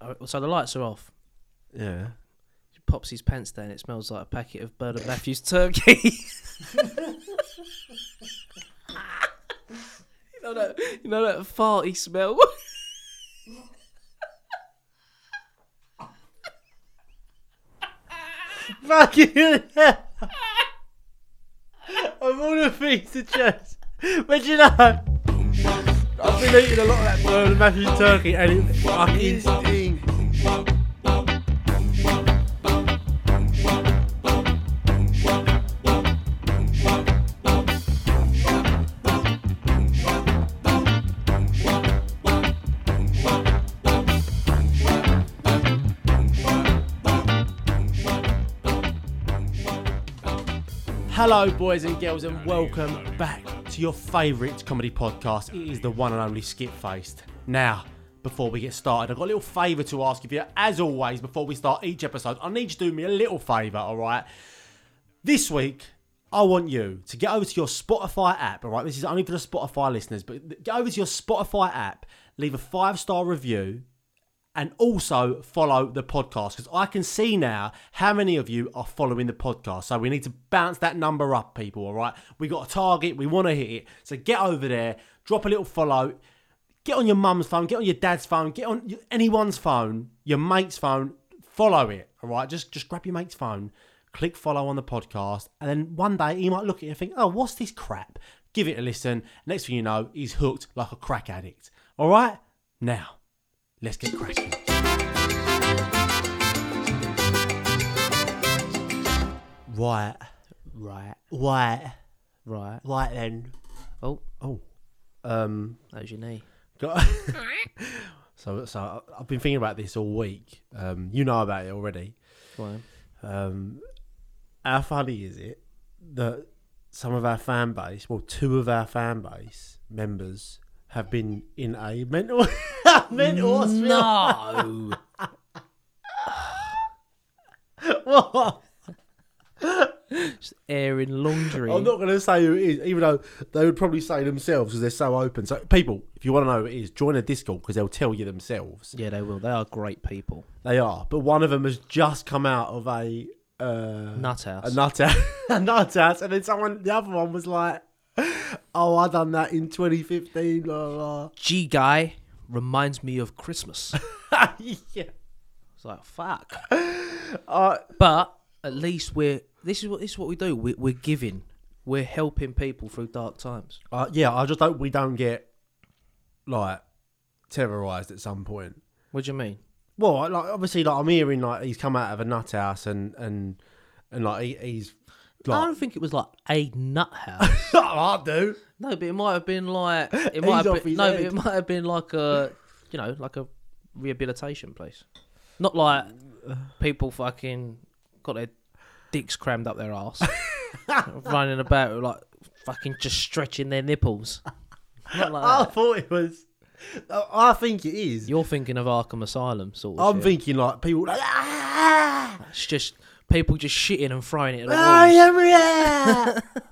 uh, so the lights are off. Yeah. He pops his pants down. It smells like a packet of Bernard Matthews turkey. you know that you know that farty smell. Fucking hell. Of all the things to choose, but you know, I've been eating a lot of that Bernard Matthews turkey and it fucking stinks. Hello, boys and girls, and welcome back to your favourite comedy podcast. It is the one and only Skip Faced. Now, before we get started, I've got a little favour to ask of you. As always, before we start each episode, I need you to do me a little favour, all right? This week, I want you to get over to your Spotify app, all right? This is only for the Spotify listeners, but get over to your Spotify app, leave a five star review, and also follow the podcast because I can see now how many of you are following the podcast. So we need to bounce that number up, people. All right, we got a target, we want to hit it. So get over there, drop a little follow, get on your mum's phone, get on your dad's phone, get on your- anyone's phone, your mate's phone. Follow it. All right, just just grab your mate's phone, click follow on the podcast, and then one day he might look at it and think, "Oh, what's this crap?" Give it a listen. Next thing you know, he's hooked like a crack addict. All right, now. Let's get cracking. Right, right, right, right. right then. Oh, Oh, um, that was your knee. got. so, so I- I've been thinking about this all week. Um, you know about it already. Go on. Um, how funny is it that some of our fan base, well, two of our fan base members, have been in a mental mental hospital? No. What? Just airing laundry. I'm not going to say who it is, even though they would probably say themselves because they're so open. So, people, if you want to know who it is, join a Discord because they'll tell you themselves. Yeah, they will. They are great people. They are. But one of them has just come out of a uh, Nut house. a nut house, a nut house, and then someone, the other one was like, "Oh, I done that in 2015." Blah, blah, G guy reminds me of Christmas. blah. yeah. It's like fuck. Uh, But at least we're this is what this is what we do. We're, we're giving. We're helping people through dark times. uh, yeah. I just hope we don't get like terrorized at some point. What do you mean? Well, I- like obviously, like I'm hearing like he's come out of a nut house and and and like he, he's I like don't think it was like a nut house. I do. no, but it might have been like it He's might have off been, his no, but head. it might have been like a you know like a rehabilitation place, not like people fucking got their dicks crammed up their ass, running about with, like fucking just stretching their nipples. Not like I that. thought it was. I I think it is. You're thinking of Arkham Asylum sort of. I'm shit. thinking like people like ah, It's just people just shitting and throwing it at the I walls. am here.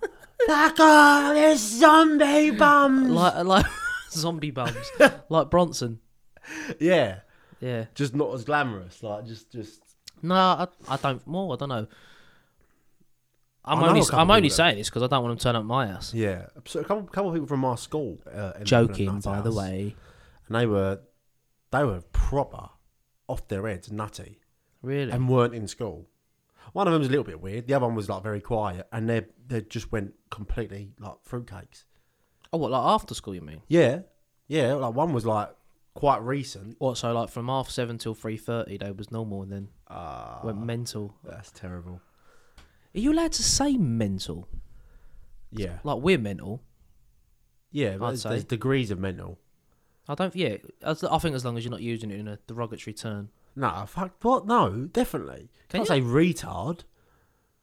Fuck off, there's zombie bums. Like like zombie bums, like Bronson. yeah, Yeah. just not as glamorous. Like just just. No, I, I don't. More, I don't know. I'm I know only a couple I'm only people that- saying this because I don't want them to turn up my house. Yeah, so a couple couple of people from my school. Uh, ended up in a Joking, nut by the house. way. and they were they were proper off their heads, nutty. Really? and weren't in school. One of them was a little bit weird. The other one was like very quiet, and they they just went completely like fruitcakes. oh, what like after school? You mean? Yeah, yeah. Like one was like quite recent. What? So like from half seven till three thirty, they was normal, and then Ah, went mental. that's terrible. Are you allowed to say mental? Yeah, Like we're mental. yeah. But I'd there's, say. there's degrees of mental. I don't. Yeah, as- I think as long as you're not using it in a derogatory term. No, fuck what? No, definitely. Can Can't say retard.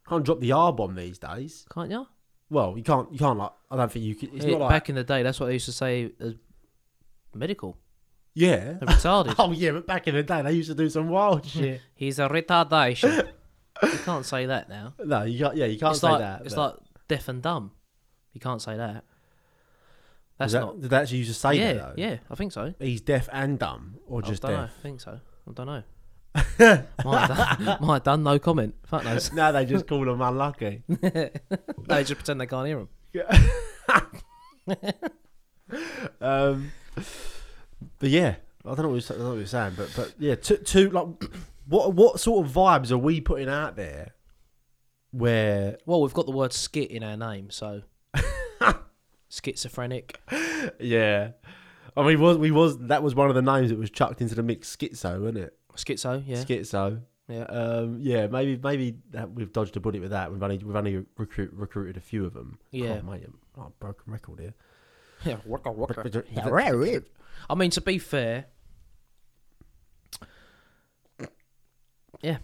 Can't drop the R bomb these days. Can't ya? Well, you can't. You can't like. I don't think you can. It's Yeah, not like. back in the day, that's what they used to say as medical. yeah. They're retarded. Oh yeah, but back in the day they used to do some wild shit. He's a retardation. you can't say that now. no, you can't. Yeah, you can't It's say like that. it's but- like deaf and dumb. You can't say that. That's Is that- not. Did they actually used to say Yeah, that though? yeah, I think so. He's deaf and dumb, or just I don't know. deaf. I think so. I don't know. Might have done, might have done, no comment. Fuck knows. Now they just call them unlucky. They just pretend they can't hear them. Um, but yeah, I don't know what you're, I don't know what you're saying, but but yeah, to, to like, what what sort of vibes are we putting out there? Where Well, we've got the word skit in our name, so schizophrenic. yeah, I mean, was we was that was one of the names that was chucked into the mix, schizo, wasn't it? Schizo, yeah. Schizo. Yeah. Um, yeah, maybe maybe that we've dodged a bullet with that. We've only we've only recruit, recruited a few of them. Yeah. God, mate, I'm- oh, broken record here. yeah. waka waka. I mean, to be fair, Yeah.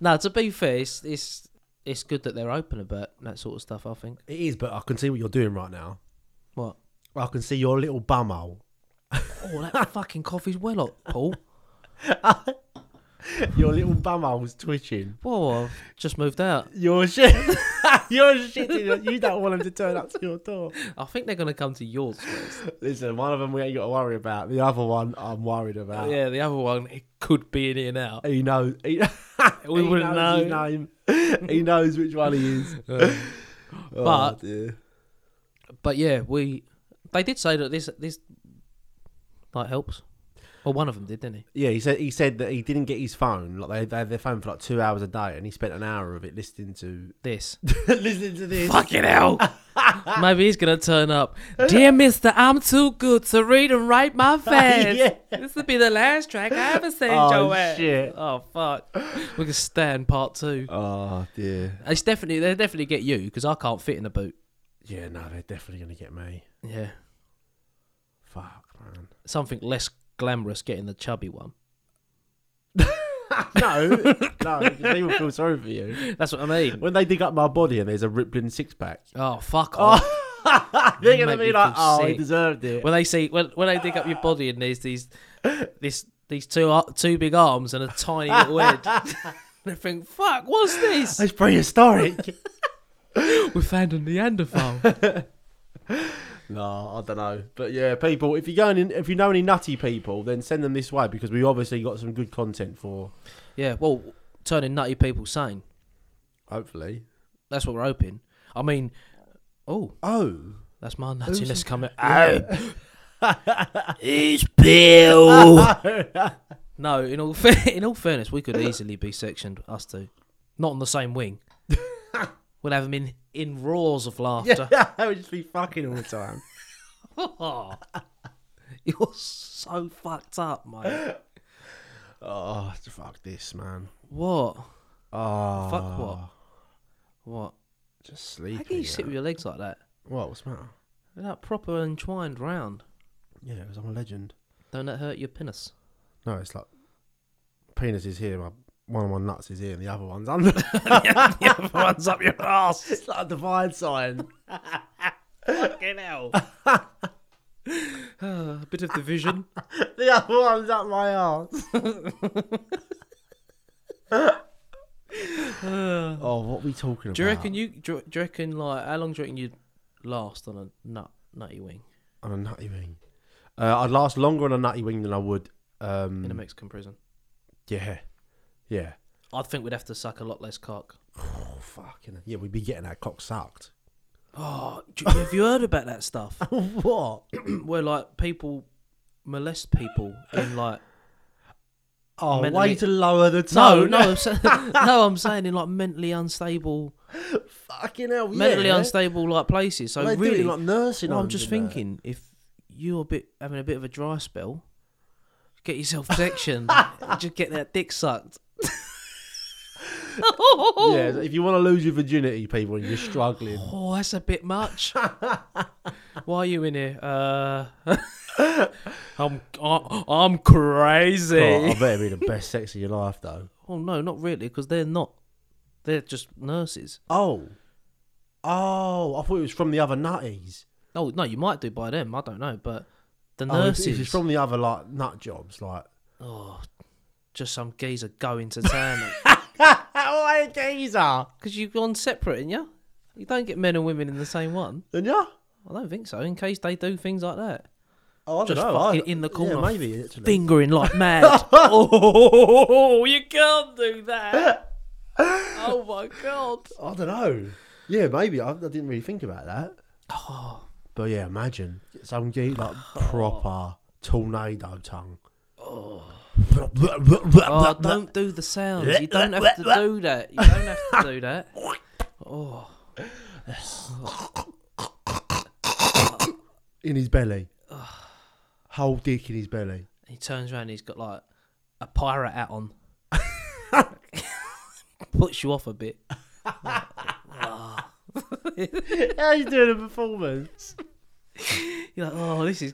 no, to be fair, it's, it's it's good that they're open about that sort of stuff. I think. It is, but I can see what you're doing right now. What? I can see your little bumhole. Oh, that fucking coffee's well up, Paul. Your little bumhole's twitching. Whoa, I've just moved out. Your shit. your shit. You don't want him to turn up to your door. I think they're gonna come to yours. first. Listen, one of them we ain't got to worry about. The other one I'm worried about. yeah, the other one it could be in here now. He knows. He, We he wouldn't knows His name. he knows which one he is. Oh, But- dear. Uh, But yeah, we they did say that this this like helps. Well, one of them did, didn't he? yeah, he said he said that he didn't get his phone. Like they, they had their phone for like two hours a day, and he spent an hour of it listening to This listening to this. fucking hell. Maybe he's gonna turn up. Dear Mister, I'm too good to read and write my fast. Yeah. This will be the last track I ever send Oh, your ass. shit. Oh fuck. We can stand part two. Oh dear. It's definitely they definitely get you because I can't fit in the boot. Yeah, no, they're definitely gonna get me. Yeah. Fuck, man. Something less glamorous getting the chubby one. no, no, they will feel sorry for you. That's what I mean. When they dig up my body and there's a rippling six pack, Oh fuck off. they're You gonna make be me like, feel "Oh, he sick." deserved it." when they see when when they dig up your body and there's these this these two ar- two big arms and a tiny little head. They think, fuck, what's this? It's prehistoric. We found a Neanderthal. no, I don't know, but yeah, people, if you go in, if you know any nutty people, then send them this way because we obviously got some good content for. yeah, well, turning nutty people sane. Hopefully. That's what we're hoping. I mean, oh, Oh. that's my nuttiness coming out. it's Bill. no, in all fa- in all fairness, we could easily be sectioned us two, not on the same wing. we'll have them in in roars of laughter. Yeah, I would just be fucking all the time. You're so fucked up, mate. oh, fuck this, man. What? Oh. Fuck what? What? Just How sleeping. can you sit with your legs like that? What? What's the matter? They're like proper entwined round. Yeah, because I'm a legend. Don't that hurt your penis? No, it's like penis is here, my one of my nuts is here, and the other one's under. Runs up your ass. it's like a divide sign. Fucking hell. a bit of division. the other one's up my ass. oh, what are we talking about? Do you reckon you? Do you reckon like how long do you reckon you'd last on a nut nutty wing on a nutty wing? Uh, I'd last longer on a nutty wing than I would. Um, in a Mexican prison? yeah, yeah. I think we'd have to suck a lot less cock. Oh fucking yeah, we'd be getting our cock sucked. Oh, do you- have you heard about that stuff? what? Where like people molest people in like Oh, Mentally- way to lower the No, tone. no, I'm sa- no. I'm saying in like mentally unstable, fucking hell. mentally yeah. unstable like places. So They do it really, in, like nursing. well, I'm homes just and that. thinking if you're a bit having a bit of a dry spell, get yourself sectioned, and just get that dick sucked. Yeah, if you want to lose your virginity, people, and you're struggling. Oh, that's a bit much. Why are you in here? Uh, I'm I, I'm crazy. Oh, I bet it'd be the best sex of your life, though. Oh no, not really, because they're not. They're just nurses. Oh. Oh, I thought it was from the other nutties. Oh no, you might do by them. I don't know, but the Oh, it's- nurses. It's from the other, like, nut jobs. Like, Oh, just some geezer going to town oh, geezer. because you've gone separate, and you you don't get men and women in the same one. And yeah. I don't think so. In case they do things like that, Oh, I don't Just know. fucking I- in the corner. Yeah, maybe. Literally. fingering like mad. oh, you can't do that. Oh my god. I don't know. Yeah, maybe. I, I didn't really think about that. Oh. But yeah, imagine someone get like proper tornado tongue. Oh, don't do the sounds. You don't have to do that. You don't have to do that. Oh, In his belly. Whole dick in his belly. he turns around. He's got like a pirate hat on. Puts you off a bit. How you doing a performance? You're like, oh, this is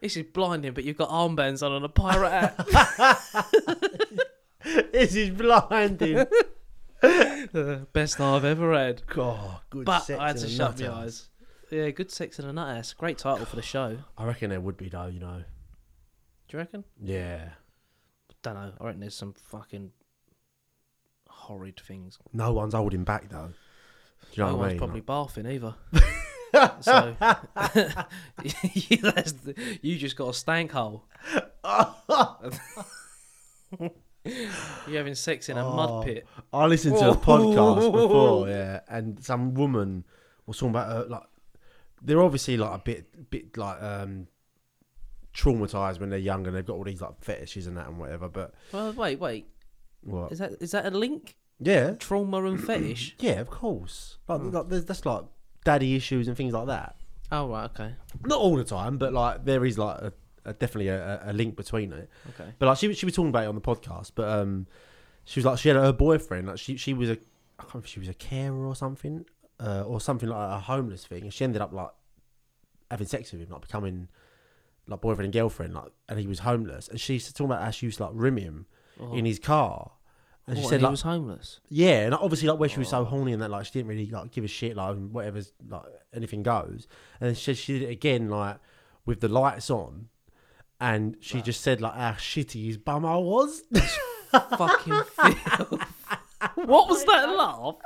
this is blinding. But you've got armbands on and a pirate hat. this is blinding. Uh, Best I've ever had. God, good But sex I had in to a shut my nut ass. eyes. Yeah, good sex and a nut ass. Great title for the show. Do I reckon there would be though, you know. you reckon? Yeah. don't know. I reckon there's some fucking horrid things. No one's holding back though. Do you know No what I one's mean? probably barfing either. so you, that's the- you just got a stank hole. You're having sex in a Oh. mud pit. I listened to a podcast before, yeah, and some woman was talking about her, like they're obviously like a bit, bit like um traumatized when they're young and they've got all these like fetishes and that and whatever. But Well, wait, wait. what? Is that is that a link? Yeah, Trauma and fetish. yeah, of course. Like, Hmm. like there's, that's like daddy issues and things like that. Oh right, okay, Not all the time, but like there is like a, a definitely a, a- a link between it. okay. But like she was- she was talking about it on the podcast, but um, she was like she had her boyfriend like she she was a I can't remember if she was a carer or something uh, or something like a homeless thing, and she ended up like having sex with him, like becoming like boyfriend and girlfriend, like and he was homeless, and she's talking about how she used to like rim him Oh. in his car, and she What, said he like was homeless. yeah, and obviously like where she was so horny and that like she didn't really like give a shit like whatever's like anything goes, and then she she did it again like with the lights on, and she just said like how shitty his bum I was. Fucking filth. What was that laugh?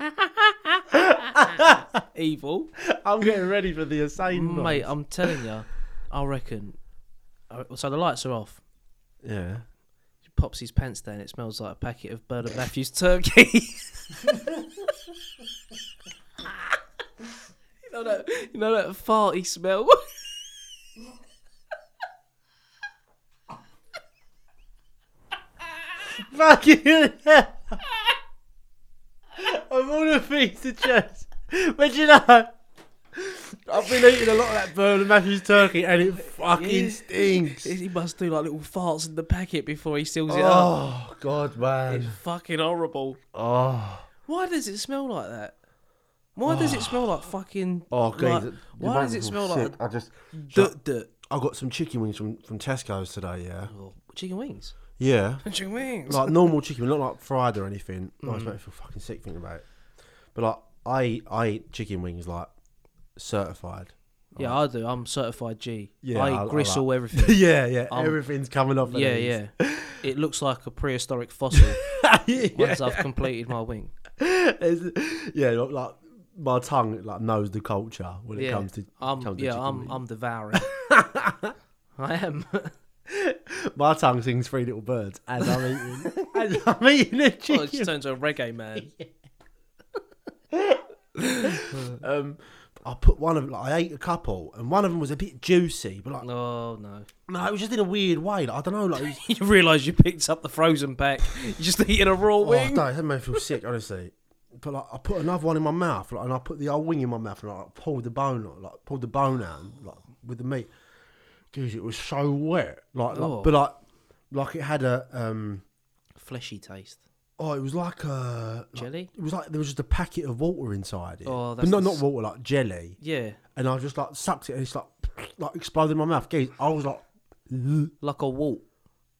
Evil. I'm getting ready for the insane Mate, I'm telling you, I reckon. I- So the lights are off. Yeah. He pops his pants down. It smells like a packet of Bernard Matthews turkey. you know that, you know that farty smell. Fucking hell. Of all the things to choose, but you know, I've been eating a lot of that Bernard Matthews turkey and it fucking Yeah. stinks. he must do like little farts in the packet before he seals it up. Oh God, man. Fucking horrible. Oh. Why does it smell like that? Why does it smell like fucking? Oh, like- God. why does it smell like I just. dirt? dirt? I got some chicken wings from from Tesco's today. Yeah. Oh, chicken wings. Yeah. Chicken wings. Like normal chicken, not like fried or anything. I Mm. just make me feel fucking sick thinking about it. But like, I eat- I eat chicken wings like certified. Yeah, I do. I'm certified G. I Yeah, I- I like- gristle everything. yeah, yeah. everything's coming off. Um, yeah, yeah. It looks like a prehistoric fossil yeah. once I've completed my wing. It's- yeah. Like, like, my tongue like knows the culture when it Yeah, comes to. I'm, comes to yeah, chicken I'm, wings. I'm devouring. I am. Oh, My tongue sings three little birds as I'm eating. as I'm eating a Oh, it chicken. just turns to a reggae man. Um, I put one of like I ate a couple, and one of them was a bit juicy, but like Oh no! no, it was just in a weird way. Like, I don't know, like it was, You realise you picked up the frozen pack. You're just eating a raw oh, I wing. don't, it made me feel sick, honestly. But like I put another one in my mouth, like, and I put the old wing in my mouth, and I like, pulled the bone, out, like pulled the bone out, and, like with the meat. Dude, it was so wet, like, like- Oh. but like, like it had a um, Fleshy taste. oh, it was like a like- Jelly? It was like there was just a packet of water inside it, Oh, but that's not the not s- water, like jelly. Yeah, and I just like sucked it, and it's like like exploded in my mouth. Guys, I was like, like a walt,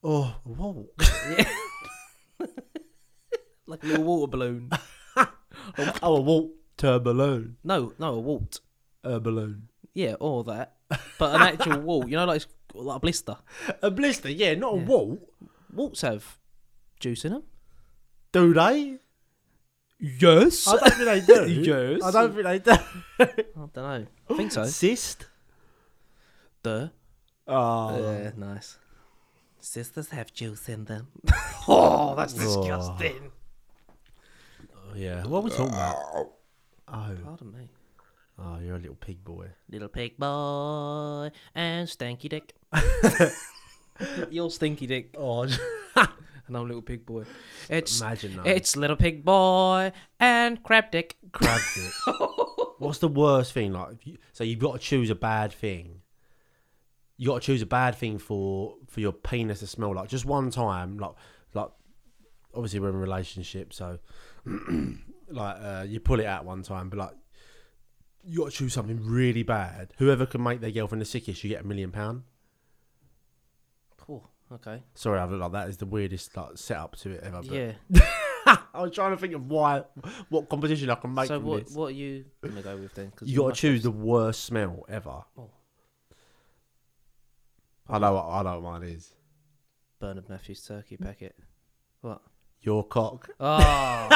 oh, whoa. like a little water balloon. oh, a water balloon, No, no, a walt. a balloon, Yeah, or that, but an actual walt. You know, like it's- like a blister. a blister. Yeah, not a walt. Waltz have juice in them. Do they? Yes. I don't think they do. Yes. I don't think they do. I don't know. I think so. Cyst. Duh. Oh, Yeah, nice. Sisters have juice in them. oh, that's disgusting. yeah. What are we talking about? Oh, Pardon me. oh, you're a little pig boy. Little pig boy and stanky dick. You're stinky dick. Oh, And I'm little pig boy. It's imagine that. it's little pig boy and crab dick. Grabbed it. What's the worst thing? Like, if you, so you've got to choose a bad thing. You got to choose a bad thing for for your penis to smell like. Just one time, like like obviously we're in a relationship, so like uh, you pull it out one time, but like you got to choose something really bad. Whoever can make their girlfriend the sickest, you get a million pound. Oh, okay. Sorry, I like that is the weirdest like setup to it ever. But Yeah. I was trying to think of why, what competition I can make. So from what this. what are you gonna go with then? 'Cause You got to must choose have- the worst smell ever. Oh. I know. What, I know what mine is. Bernard Matthews turkey packet. What? Your cock. Oh.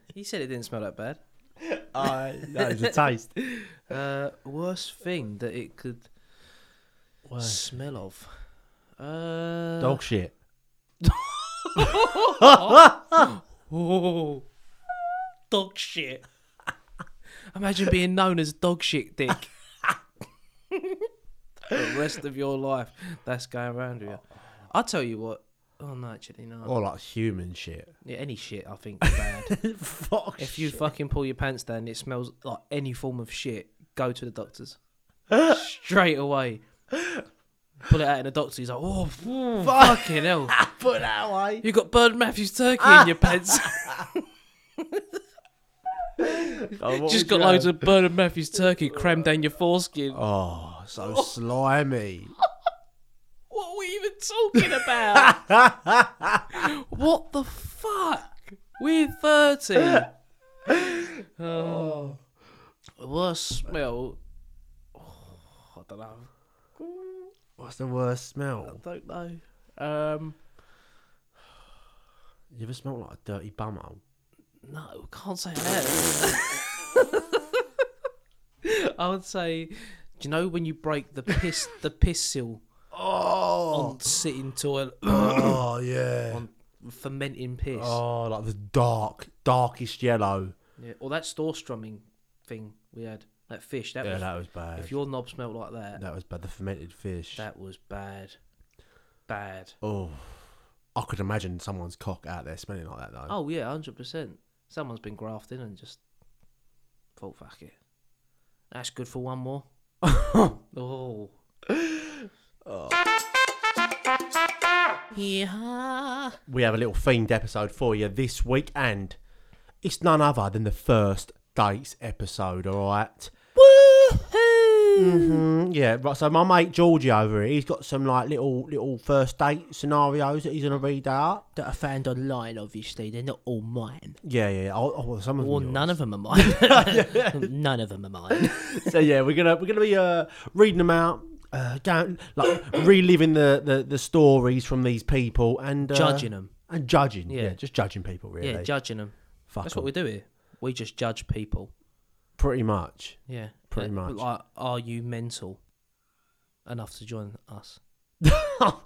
you said it didn't smell that bad. I that is a taste. Uh, worst thing that it could smell of. Uh, Dog shit. Oh, dog shit. Imagine being known as dog shit dick. the rest of your life, that's going around with you. I tell you what. Oh no, actually no. Or like human shit. Yeah, any shit I think is bad. Fuck. if you fucking pull your pants down, and it smells like any form of shit. Go to the doctors straight away. Pull it out, and the doctor's like, "Oh, phew, fucking hell! put that away. You got Bird Matthews turkey in your pants." Oh, Just got loads of Bernard Matthews turkey crammed down your foreskin. Oh, so slimy. What are we even talking about? what the fuck? We're 30. Oh. Worst smell. Oh, I don't know. What's the worst smell? Don't know. Um, You ever smell like a dirty bumhole? no, can't say that. I would say, do you know when you break the piss the piss seal Oh. on sitting toilet Oh yeah. fermenting piss? Oh, like the dark, darkest yellow. Yeah, or that store strumming thing we had, that fish. That Yeah, was, that was bad. if your knob smelled like that, That was bad. The fermented fish. that was bad, bad. Oh, I could imagine someone's cock out there smelling like that though. Oh yeah, hundred percent. Someone's been grafting and just thought, fuck it. That's good for one more. oh. Yeah. We have a little themed episode for you this week, and it's none other than the first dates episode. All right. Woohoo! Mm, yeah, right. So my mate Georgie over here, he's got some like little little first date scenarios that he's gonna read out. That I found online, obviously. They're not all mine. Yeah, yeah. yeah. Oh, oh, well, some of them. Well, yours. none of them are mine. none of them are mine. so yeah, we're gonna we're gonna be uh, reading them out, uh, down like reliving the, the the stories from these people and uh, Judging 'em. and judging. Yeah. Yeah. just judging people really. Yeah, judging them. Fuck That's what 'em. we do here. We just judge people. pretty much. Yeah. Pretty Uh, much. Like, are you mental enough to join us? Oh,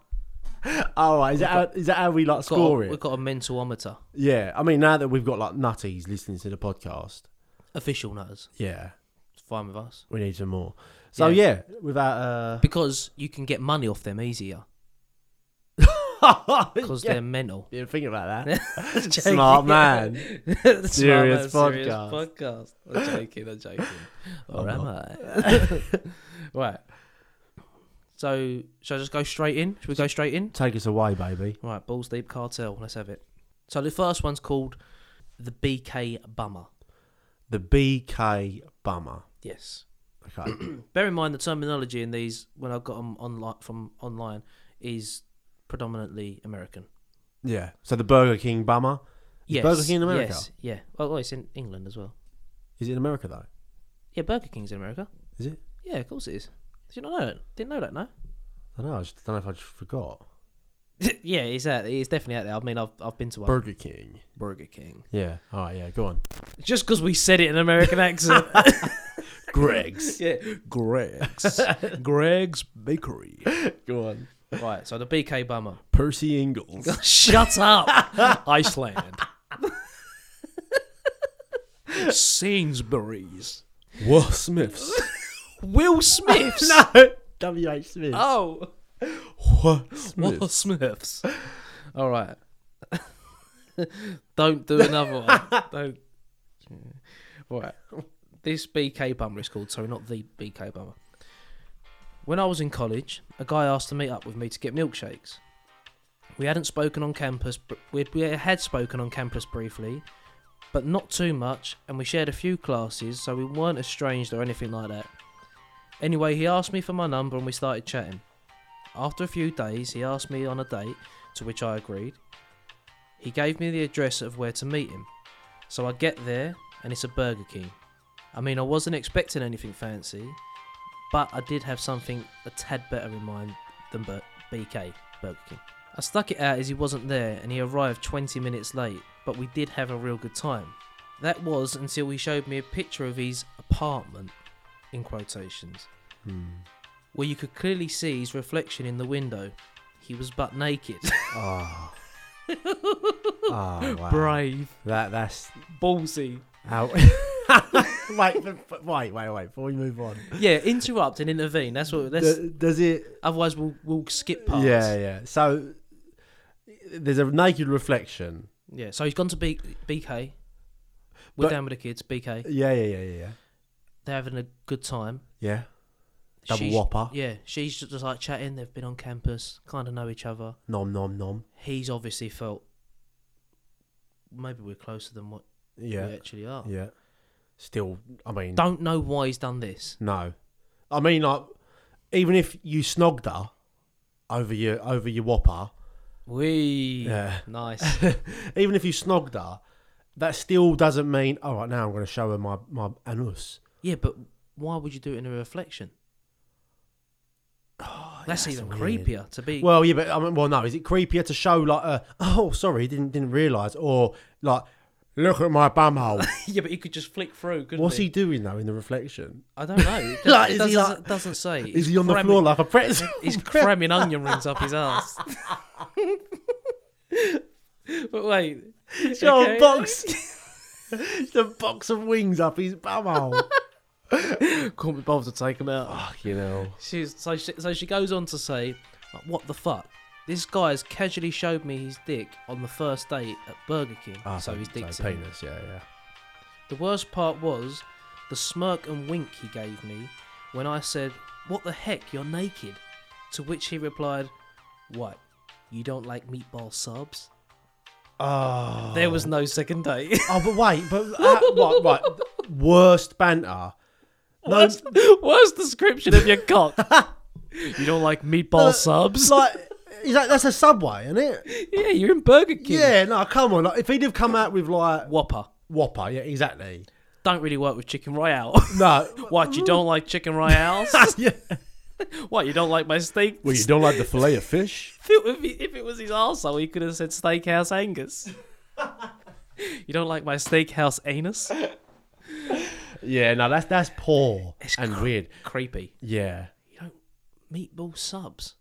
right, is that how, is that how we like Got a- score it? We've got a mentalometer. Yeah, I mean now that we've got like nutties listening to the podcast, Official nutters. yeah, It's fine with us. we need some more. So yeah, without Because you can get money off them easier. uh, Because yeah, they're mental. yeah, think about that. Smart man. Smart Serious man, serious podcast. podcast. I'm joking, I'm joking. or am I? right. So, shall I just go straight in? Should we go straight in? Take us away, baby. Right, Balls Deep Cartel. Let's have it. So the first one's called the BK Bummer. The BK bummer. Yes. Okay. Bear in mind the terminology in these when I got them online from online is predominantly American. yeah. So the Burger King bummer. Is Yes. Burger King in America? Yes. Yeah. Oh, well, it's in England as well. Is it in America though? Yeah, Burger King's in America. Is it? Yeah, of course it is. Did you not know that? Didn't know that, no? I don't know. I just don't know if I just forgot. yeah, it's out. It's definitely out there. I mean, I've I've been to one. Burger King. Burger King. Yeah. All right. Yeah. Go on. Just because we said it in an American accent. Greg's. yeah, Greg's, Greg's Bakery. Go on. Right, so the BK Bummer. Percy Ingalls. Shut up, Iceland. Sainsbury's. Will Smith's. Will Smith's. W.H. Smith. Oh, Will Smith's. All right. Don't do another one. Don't. All right. This BK bummer is called. Sorry, not the BK bummer. When I was in college, a guy asked to meet up with me to get milkshakes. We hadn't spoken on campus. br- We we had spoken on campus briefly, but not too much, and we shared a few classes, so we weren't estranged or anything like that. Anyway, he asked me for my number, and we started chatting. After a few days, he asked me on a date, to which I agreed. He gave me the address of where to meet him. So I get there, and it's a Burger King. I mean, I wasn't expecting anything fancy, but I did have something a tad better in mind than Bur- BK, Burger King. I stuck it out as he wasn't there, and he arrived 20 minutes late, but we did have a real good time. That was until he showed me a picture of his apartment, in quotations where you could clearly see his reflection in the window. He was butt naked. Oh. oh, wow. Brave, That, that's ballsy. how. wait, but- wait, wait, wait. Before we move on. Yeah, interrupt and intervene. That's what. That's, D- does it. otherwise, we'll we'll skip past. Yeah, yeah. So there's a naked reflection. Yeah, So he's gone to B- BK. We're But- down with the kids. BK. Yeah, yeah, yeah, yeah, yeah. They're having a good time. Yeah. Double She's- whopper. Yeah. She's just, just like chatting. They've been on campus. Kind of know each other. Nom nom nom. He's obviously felt. Maybe we're closer than what we Yeah, actually are. yeah. Still, I mean, Don't know why he's done this. no. I mean, like, even if you snogged her over your over your whopper, We Yeah. nice. even if you snogged her, that still doesn't mean. All right, now I'm going to show her my my anus. Yeah, but why would you do it in a reflection? Oh, that's, Oh, that's even weird. creepier to be. Well, yeah, but I mean, well, no. Is it creepier to show like, uh, oh, sorry, didn't didn't realise, or like, look at my bum hole? yeah, but he could just flick through. Couldn't What's he doing though in the reflection? I don't know. It Like, is doesn't, he like- it doesn't say. Is he on the floor like a pretzel? He's cramming onion rings up his ass. but wait, Your okay. box. the box of wings up his bumhole. can't be bothered to take him out. Fuck you know. She's so she, so she goes on to say, like, "What the fuck." This guy's casually showed me his dick on the first date at Burger King. so his dick's in. Ah, penis, yeah, yeah. The worst part was the smirk and wink he gave me when I said, What the heck, you're naked? To which he replied, What? You don't like meatball subs? Oh. There was no second date. oh, but wait, but uh, right, right. Worst banter. No, Worst, worst description of your cock. Uh, you don't like meatball subs? like is that that's a subway, isn't it? yeah, you're in Burger King. Yeah, no, come on. Like, if he'd have come out with like Whopper. Whopper, yeah, exactly. Don't really work with chicken royale. No, what, you don't like chicken royales? yeah. what, you don't like my steak? Well, you don't like the fillet of fish. If it, if it- if it was his arsehole, he could have said Steakhouse Angus. you don't like my Steakhouse anus? Yeah, no, that's that's poor and cr- weird. Creepy. Yeah, You don't meatball subs.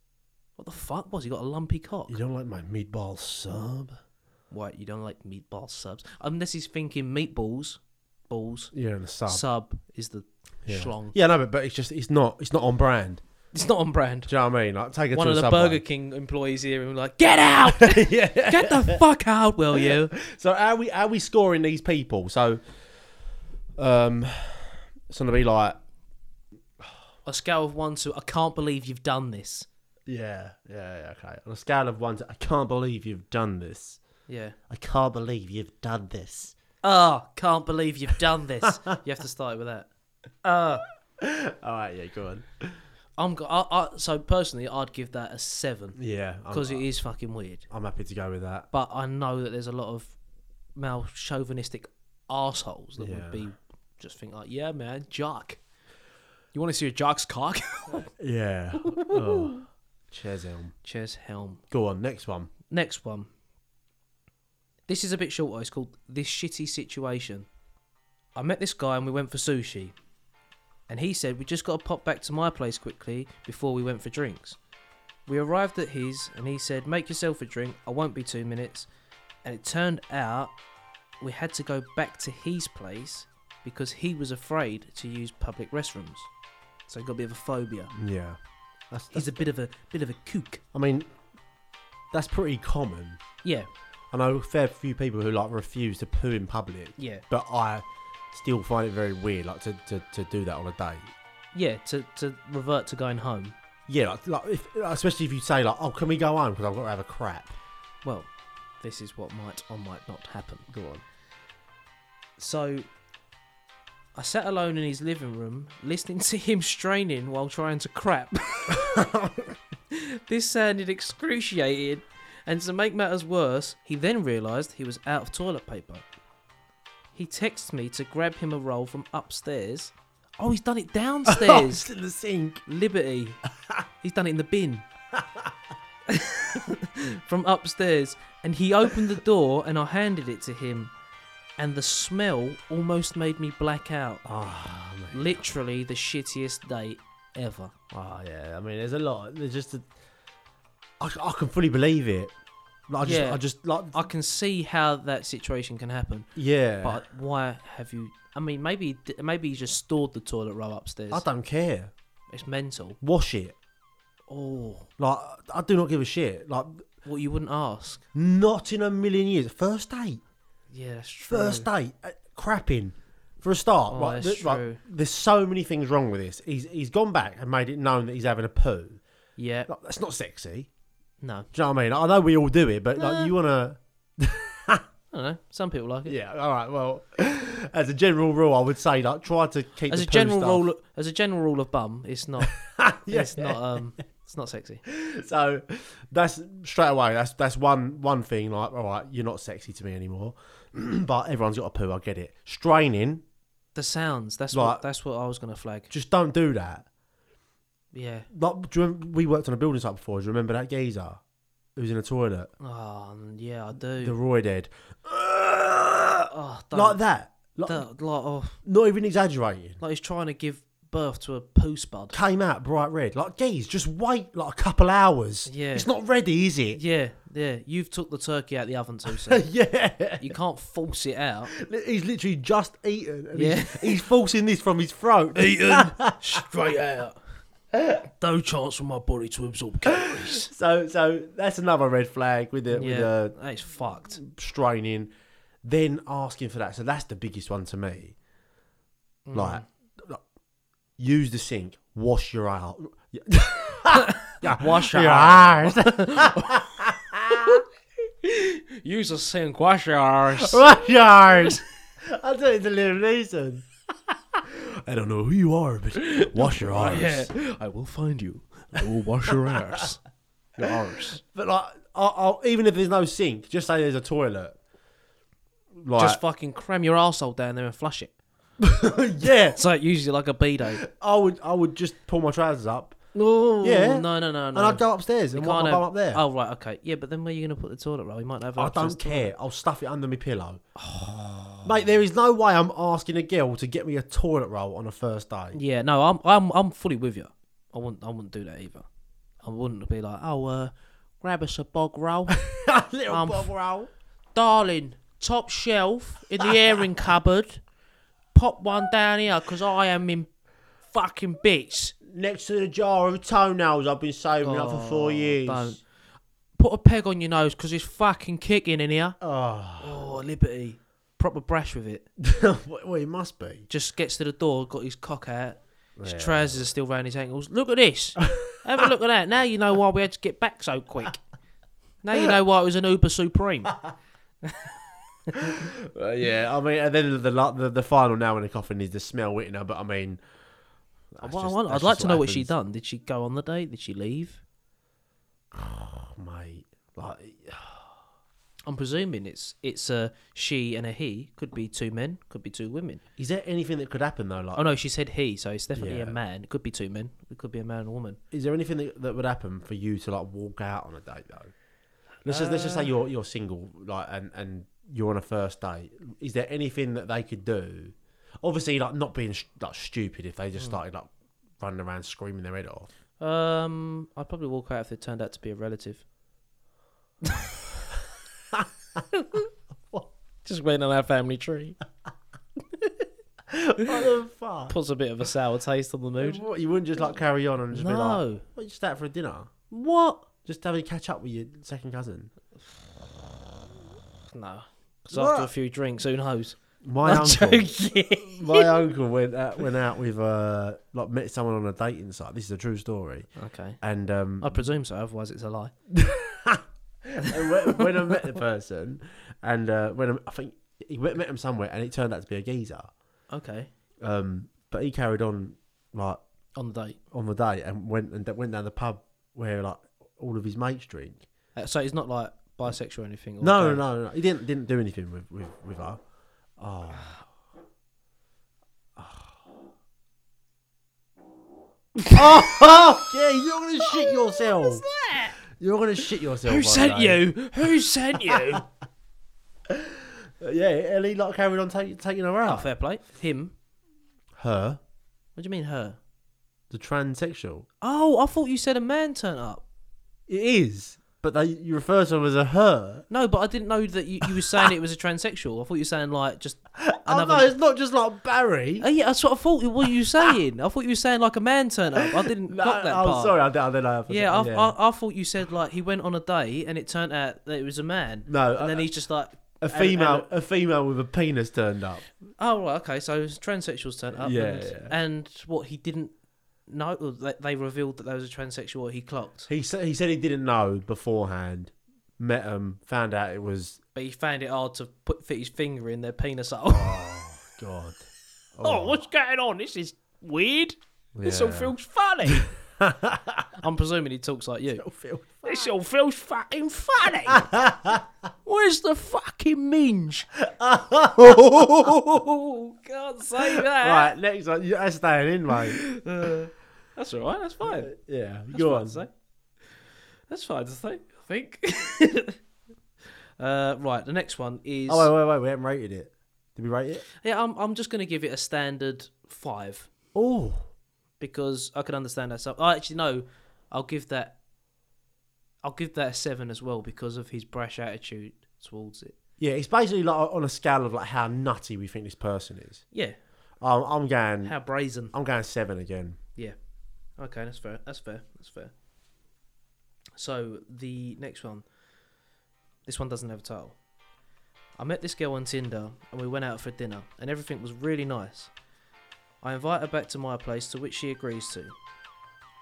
What the fuck was he got a lumpy cock? you don't like my meatball sub. What you don't like meatball subs? Unless he's thinking meatballs, balls Yeah, and a sub. sub is the schlong. Yeah, no, but, but it's just it's not it's not on brand. It's not on brand. Do you know what I mean? Like take it One to of a the Subway. Burger King employees here and like, get out, yeah. get the fuck out, will you? So are we are we scoring these people? So, um, it's gonna be like A scale of one to I can't believe you've done this. yeah, yeah, yeah, okay. On a scale of one to I can't believe you've done this. Yeah. I can't believe you've done this. Ah, can't believe you've done this. you have to start it with that. All right, yeah, go on. I'm go- I, I, so personally, I'd give that a seven Yeah, I'm, because it is fucking weird. I'm happy to go with that. But I know that there's a lot of male chauvinistic assholes that Yeah. would be just think like, yeah, man, jock. You want to see a jock's cock? Yeah. oh. Cheers, Elm. Cheers, Helm. Go on, next one. Next one. This is a bit shorter. It's called This Shitty Situation. I met this guy and we went for sushi. and he said we just got to pop back to my place quickly before we went for drinks. We arrived at his, and he said, "Make yourself a drink. I won't be two minutes." And it turned out we had to go back to his place because he was afraid to use public restrooms. So he got a bit of a phobia. Yeah. That's, He's that's, a bit of a bit of a kook. I mean, that's pretty common. Yeah, I know a fair few people who like refuse to poo in public, yeah, but I still find it very weird like to, to, to do that on a date. yeah. To to revert to going home. Yeah, like, like if, especially if you say like, "Oh, can we go home? Because I've got to have a crap." Well, this is what might or might not happen. Go on. So, I sat alone in his living room, listening to him straining while trying to crap. this sounded excruciating, and to make matters worse, he then realised he was out of toilet paper. He texts me to grab him a roll from upstairs. Oh, he's done it downstairs! in the sink. Liberty. He's done it in the bin. From upstairs. And he opened the door and I handed it to him. And the smell almost made me black out. Ah, oh, mate. Literally the shittiest date ever. Ah, yeah. I mean, there's a lot. There's just, a, I, I can fully believe it. Like, I just, Yeah. I just like, I can see how that situation can happen. yeah. But why have you. I mean, maybe maybe he just stored the toilet roll upstairs. I don't care. It's mental. Wash it. Oh, Like, I do not give a shit. Like, what you wouldn't ask. not in a million years. First date. Yeah, that's true. First date. Uh, crapping. For a start, Oh, right, that's th- right, true. There's so many things wrong with this. He's he's gone back and made it known that he's having a poo. Yeah. Like, that's not sexy. No. Do you know what I mean? I know we all do it, but Nah. like you wanna. I don't know. Some people like it. Yeah. All right. Well, as a general rule, I would say like try to keep as the a poo general stuff- rule as a general rule of bum it's not Yeah. it's not um it's not sexy So that's straight away. That's that's one one thing. Like, all right, you're not sexy to me anymore. but everyone's got a poo. I get it. Straining. the sounds that's Right. what that's what i was gonna flag Just don't do that. yeah Like, do you remember, we worked on a building site before. Do you remember that geezer who was in a toilet? oh yeah i do The roid head. oh don't, like that. Like, don't- like, oh, not even exaggerating. like he's trying to give birth to a poo spud Came out bright red. Like, geez, just wait like a couple hours. Yeah. It's not ready, is it? yeah yeah you've took the turkey out the oven too soon yeah. you can't force it out He's literally just eaten. And Yeah. he's, he's forcing this from his throat. eaten straight out no chance for my body to absorb calories So, so that's another red flag with the, with yeah the that is fucked straining. Then asking for that. So that's the biggest one to me. Like, like, use the sink, wash your eye. wash your eyes. use a sink wash your arse wash your eyes. I do it to Liam Neeson. I don't know who you are, but wash your eyes. I will find you. I will wash your arse. Your arse. But like, I'll, I'll, even if there's no sink, just say there's a toilet. Like, Just fucking cram your arsehole down there and flush it. yeah, It's like usually like a bidet. I would, I would just pull my trousers up No. Yeah. No, no, no, no. and I'd go upstairs and You wipe can't my have- bum up there. Oh, right, okay. Yeah, but then where are you going to put the toilet roll? You might have I options. don't care. I'll stuff it under my pillow. Mate, there is no way I'm asking a girl to get me a toilet roll on a first day. Yeah, no, I'm, I'm, I'm fully with you. I wouldn't, I wouldn't do that either. I wouldn't be like, oh, uh, grab us a bog roll. Little Um, bog roll. Darling, top shelf in the airing cupboard. Pop one down here because I am in fucking bits. Next to the jar of toenails I've been saving up for four years. don't. put a peg on your nose because it's fucking kicking in here. Oh, Oh, Liberty. Proper brash with it. well, it must be. Just gets to the door, got his cock out. His trousers are still round his ankles. Look at this. Have a look at that. Now you know why we had to get back so quick. Now you know why it was an Uber Supreme. Uh, yeah, I mean, and then the, la- the the final now in the coffin is the smell whitener, but I mean, that's Well, I just- wonder- that's I'd like just to know what she happens. done. Did she go on the date? Did she leave? mate. Like, I'm presuming it's it's a she and a he. Could be two men. Could be two women. is there anything that could happen though? Like, Oh no, she said he, so it's definitely Uh, Yeah. a man. It could be two men. It could be a man and a woman. is there anything that, that would happen for you to like walk out on a date though? Let's just let's Uh, just say you're you're single, like, and and you're on a first date. Is there anything that they could do? Obviously, like not being sh- like stupid if they just Mm. started like running around screaming their head off. Um, I'd probably walk out if it turned out to be a relative. Just went on our family tree. what the fuck? Puts a bit of a sour taste on the mood. What, you wouldn't just like carry on and just be like, No. "What you just out for a dinner? What? Just having a catch up with your second cousin." No. 'Cause What? after a few drinks, who knows? My I'm uncle, joking. my uncle went out, went out with uh, like met someone on a dating site. This is a true story, Okay. and um, I presume so, otherwise it's a lie. And when, when I met the person, and uh, when I, I think he went, met him somewhere, and it turned out to be a geezer. Okay. Um, but he carried on like On the date. on the day and went and went down the pub where like all of his mates drink. Uh, So he's not like bisexual or anything? Or No, gay? no, no, no. He didn't didn't do anything with with, with her. Oh. Ah. oh, yeah, you're gonna shit yourself. You're gonna shit yourself. Who one sent day. you? Who sent you? Yeah, Ellie like carried on take, taking her oh, out. fair play. Him. Her, What do you mean her? the transsexual. Oh, I thought you said a man turned up. It is, but they you refer to them as a her. No, but I didn't know that you, you were saying it was a transsexual. I thought you were saying like just another. Oh no, it's not just like Barry. Oh, yeah, that's what I thought. What were you saying? I thought you were saying like a man turned up. I didn't No, clock that I'm part. sorry, I did I did know. Yeah, I, I, I thought you said like he went on a date and it turned out that it was a man. No, and then uh, he's just like a female, a female with a penis turned up. Oh right, okay. So it's transsexuals turned up. Yeah, and, yeah. and what he didn't know, or they, they revealed that there was a transsexual. He clocked, He said he said he didn't know beforehand. Met him, found out it was. but he found it hard to put fit his finger in their penis hole. Oh God. oh, what's going on? This is weird. This all Yeah. feels funny. I'm presuming he talks like you. This all feels fucking funny. Where's the fucking minge? Oh, can't say that. right, next one. Yeah, That's staying in, mate. That's all right. That's fine. Yeah, That's go fine on. to say. That's fine to say. I think. uh, right. The next one is. Oh wait, wait, wait. We haven't rated it. Did we rate it? Yeah, I'm. I'm just gonna give it a standard five Oh, because I can understand that. So, oh, actually, no. I'll give that. I'll give that a seven as well because of his brash attitude towards it. yeah. It's basically like on a scale of like how nutty we think this person is. Yeah. Um, I'm going. How brazen. I'm going seven again. Yeah. Okay, that's fair. That's fair. That's fair. So the next one. This one doesn't have a title. I met this girl on Tinder and we went out for dinner and everything was really nice. I invite her back to my place to which she agrees to.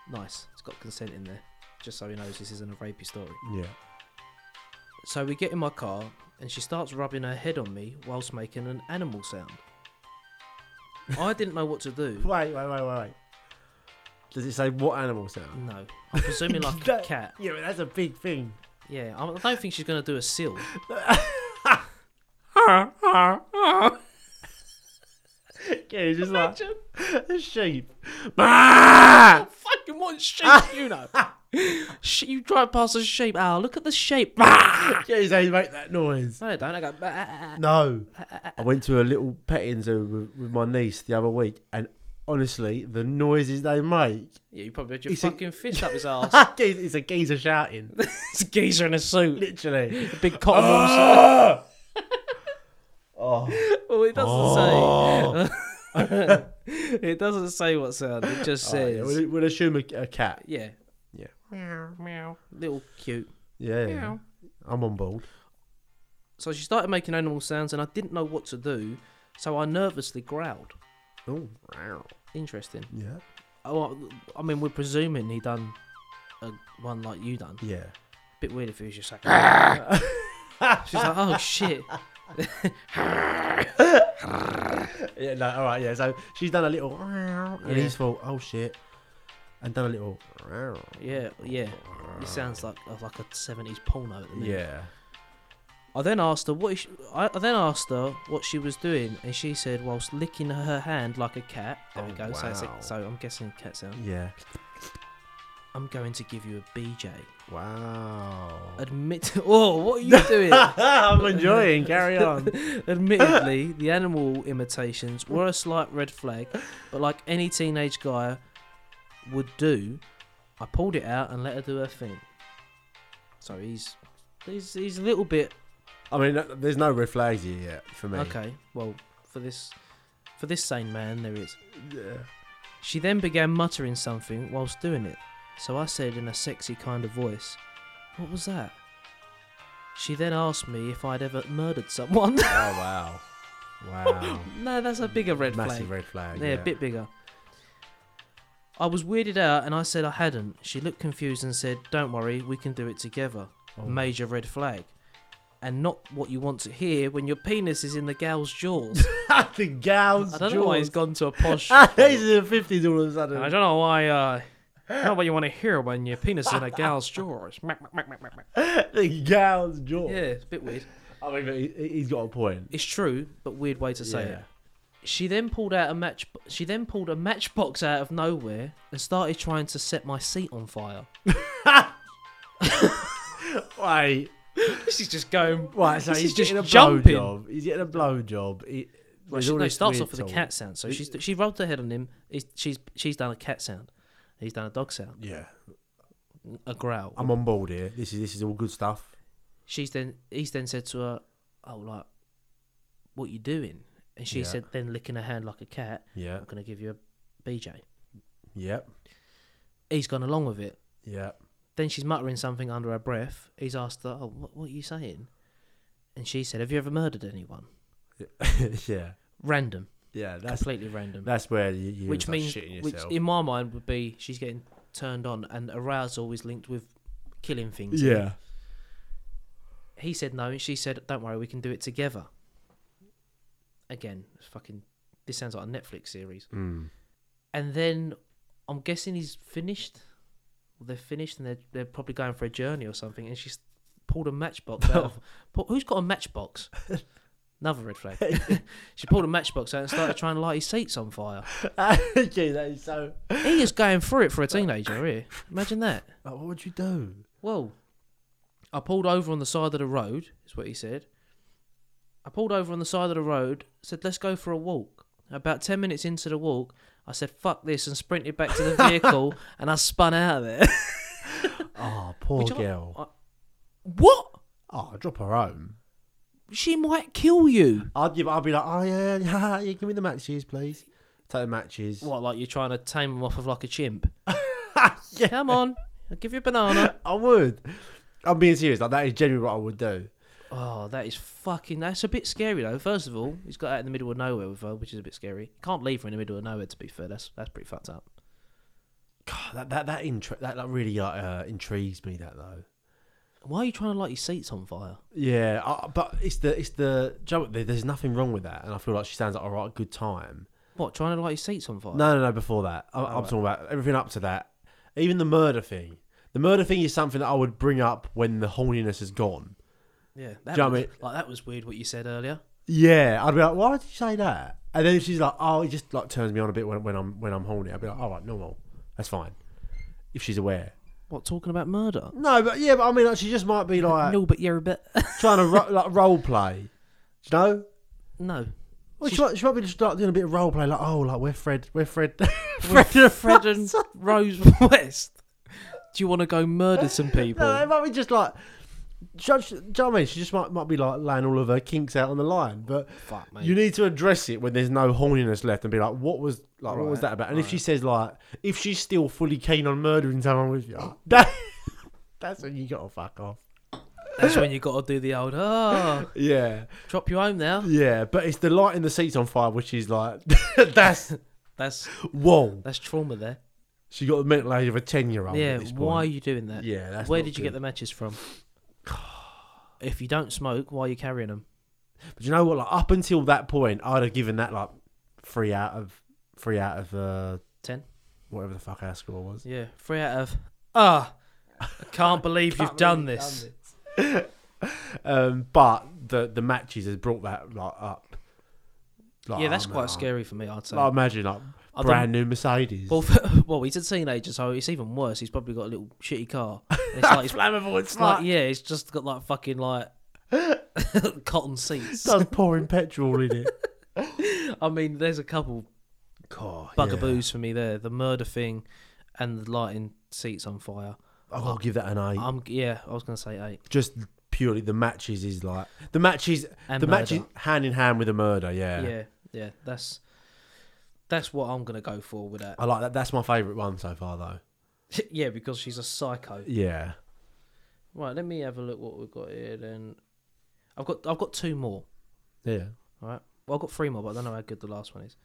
Nice. It's got consent in there. Just so he knows this isn't a rapey story. Yeah. So we get in my car and she starts rubbing her head on me whilst making an animal sound. I didn't know what to do. Wait, wait, wait, wait. wait. Does it say what animal sound? No. I'm presuming Mm, like a That- cat. Yeah, but that's a big thing. Yeah, I I don't think she's going to do a seal. Yeah, it's just like a sheep. Fucking what sheep, you know? Sh- you drive past a sheep. Oh, look at the sheep. no, Yeah, it's how you make that noise. they don't. I go. "Bah." No. I went to a little petting zoo with, with my niece the other week, and honestly, the noises they make. Yeah, you probably had your He's a- fucking fist up his ass. it's a geezer shouting. it's a geezer in a suit. Literally. A Ah! big cotton wool suit. Oh. Well, it doesn't Oh. say. it doesn't say what sound. It just says. Oh, Yeah, we'll, we'll assume a, a cat. yeah. Yeah. Meow, meow. Little cute. Yeah. Meow. I'm on board. So she started making animal sounds, and I didn't know what to do, so I nervously growled. Oh. Interesting. Yeah. Oh, I I mean, we're presuming he done a one like you done. Yeah. Bit weird if he was just like. "Ah." She's like, oh shit. Yeah, no, all right, yeah. So she's done a little, and Yeah. he's thought, oh shit, and done a little, Yeah, yeah. It sounds like of like a seventies porno at the minute. yeah. I then asked her what is she, I I then asked her what she was doing, and she said whilst licking her hand like a cat. There we Oh, go. So, it's wow. a, so I'm guessing cat sound. Yeah. I'm going to give you a BJ. Wow. Admit. Oh, what are you doing? I'm enjoying. Carry on. Admittedly, the animal imitations were a slight red flag, but like any teenage guy would do, I pulled it out and let her do her thing. So he's he's he's a little bit I mean, uh, there's no red flags here yet for me. okay. Well, for this for this sane man, there is. Yeah. She then began muttering something whilst doing it, so I said in a sexy kind of voice, What was that? She then asked me if I'd ever murdered someone. Oh wow. Wow. no, that's a bigger red Massive flag. red flag. yeah, a bit bigger. I was weirded out and I said I hadn't. She looked confused and said, Don't worry, we can do it together. Oh. Major red flag. And not what you want to hear when your penis is in the gal's jaws. the gowns. I don't know why he's gone to a posh. He's in the fifties all of a sudden. I don't know why. Uh, I don't know what you want to hear when your penis in a gal's jaws. Mack, mack, mack, mack, mack, mack. the gowns jaw. yeah, it's a bit weird. I mean, but he, he's got a point. It's true, but weird way to say Yeah. it. She then pulled out a match. She then pulled a matchbox out of nowhere and started trying to set my seat on fire. Wait, This is just going. right. So This he's is just getting a jumping. blowjob. He's getting a blowjob. He, Well, there's she all no, it this starts weird off with a talk. cat sound. So she's she rubbed her head on him. He's, she's she's done a cat sound. He's done a dog sound, Yeah, a growl. I'm on board here. This is this is all good stuff. she's then he's then said to her, "Oh, like, what you doing?" And she Yeah. said, then licking her hand like a cat, Yeah. "I'm gonna give you a BJ." Yep. He's gone along with it. Yep. Then she's muttering something under her breath. He's asked her, "Oh, what, what are you saying?" And she said, "Have you ever murdered anyone?" yeah. Random, Yeah. That's completely random. that's where you, you which start means, shitting which yourself. in my mind would be she's getting turned on, and arousal is linked with killing things. yeah. He said no, and she said, "Don't worry, we can do it together." Again, it's fucking. This sounds like a Netflix series. Mm. And then I'm guessing he's finished. Well, they're finished, and they're they're probably going for a journey or something. And she's pulled a matchbox out. of, Pull- who's got a matchbox? Another red flag. she pulled a matchbox out and started trying to light his seats on fire. okay, that is so. He is going through it for a teenager here. Imagine that. Like, what would you do? Well, I pulled over on the side of the road, is what he said. I pulled over on the side of the road, said, let's go for a walk. About 10 minutes into the walk, I said, fuck this, and sprinted back to the vehicle and I spun out of there. Oh, poor Which I- girl. what? oh, drop her home. She might kill you. I'd give. I'd be like, oh yeah, yeah, yeah, give me the matches, please. Take the matches. What, like you're trying to tame him off of like a chimp? Come on, I'll give you a banana. I would. I'm being serious. Like that is genuinely what I would do. Oh, that is fucking. That's a bit scary though. First of all, he's got out in the middle of nowhere with her, which is a bit scary. Can't leave her in the middle of nowhere. To be fair, that's that's pretty fucked up. God, that that that intri- that like, really like, uh, intrigues me. That though. Why are you trying to light your seats on fire? Yeah, I, but it's the it's the jump. There's nothing wrong with that, and I feel like she sounds like all right, good time. What, trying to light your seats on fire? No, no, no. Before that, I, I'm talking about everything up to that. Even the murder thing. The murder thing is something that I would bring up when the horniness is gone. Yeah, that Do you know was, what I mean? like that was weird what you said earlier. Yeah, I'd be like, why did you say that? And then she's like, oh, it just like turns me on a bit when, when I'm when I'm horny. I'd be like, all right, normal, that's fine. If she's aware. What, talking about murder? No, but yeah, but I mean, like, she just might be like no, but you're a bit. trying to ro- like role play. Do you know? no. Well, she, might, she might be just like doing a bit of role play, like oh, like we're Fred, we're Fred, Fred, and Fred and Rose West. Do you want to go murder some people? No, it might be just like. Judge, do you know what I mean? She just might, might be like laying all of her kinks out on the line, but Fuck, mate. you need to address it when there's no horniness left and be like, what was like, what was Right, that about? And if she says like, if she's still fully keen on murdering someone with you, that, that's when you gotta fuck off. That's when you got to do the old, oh, Yeah, drop you home now. yeah, but it's the light in the seats on fire, which is like, that's That's whoa. that's trauma there. She got the mental age of a ten year old. yeah, Oh, at this point. why are you doing that? Yeah, that's Where not did you good. get the matches from? if you don't smoke, why are you carrying them? But you know what? Like up until that point, I'd have given that like three out of three out of uh, 10? whatever the fuck our score was. Yeah, three out of. Ah, I can't believe you've done this. Um, but the the matches has brought that like up. Like, yeah, that's I'm- quite I'm- scary for me, I'd say. Like, imagine like I don't- brand new Mercedes. Well, for, well, he's a teenager, so it's even worse. He's probably got a little shitty car. And it's like, it's, flammable. It's like yeah, it's just got like fucking like cotton seats. does pouring petrol in it. I mean, there's a couple God, bugaboos for me there. The murder thing, and the lighting seats on fire. yeah. I'll give that an eight. I'm yeah, I was gonna say eight. Just purely the matches is like the matches. And the murder. matches hand in hand with the murder. Yeah. yeah, yeah. That's that's what I'm gonna go for with that. I like that. That's my favourite one so far, though. yeah, because she's a psycho. Yeah. Right, let me have a look what we've got here. Then I've got I've got two more. Yeah. All right. Well, I've got three more, but I don't know how good the last one is.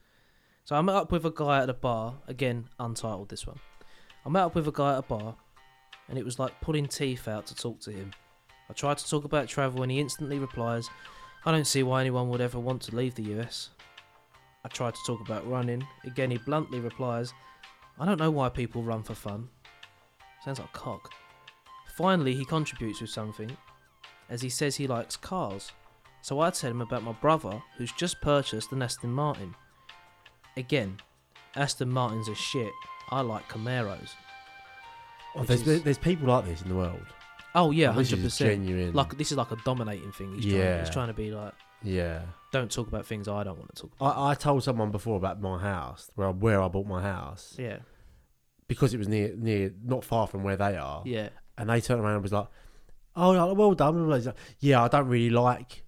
So I met up with a guy at a bar. Again, untitled this one. I met up with a guy at a bar, and it was like pulling teeth out to talk to him. I tried to talk about travel, and he instantly replies, I don't see why anyone would ever want to leave the US. I tried to talk about running. Again, he bluntly replies, I don't know why people run for fun. Sounds like a cock. Finally, he contributes with something, as he says he likes cars. So I tell him about my brother who's just purchased an Aston Martin. Again, Aston Martin's are shit. I like Camaros. Oh, Which there's, is- there's people like this in the world. Oh yeah, This is hundred percent. Genuine. Like this is like a dominating thing. He's trying, Yeah. he's trying to be like, yeah. don't talk about things I don't want to talk. I, I told someone before about my house, where I, where I bought my house, Yeah, because it was near near not far from where they are, yeah, and they turned around and was like, "Oh, like, well done." blah, blah, blah." Yeah, I don't really like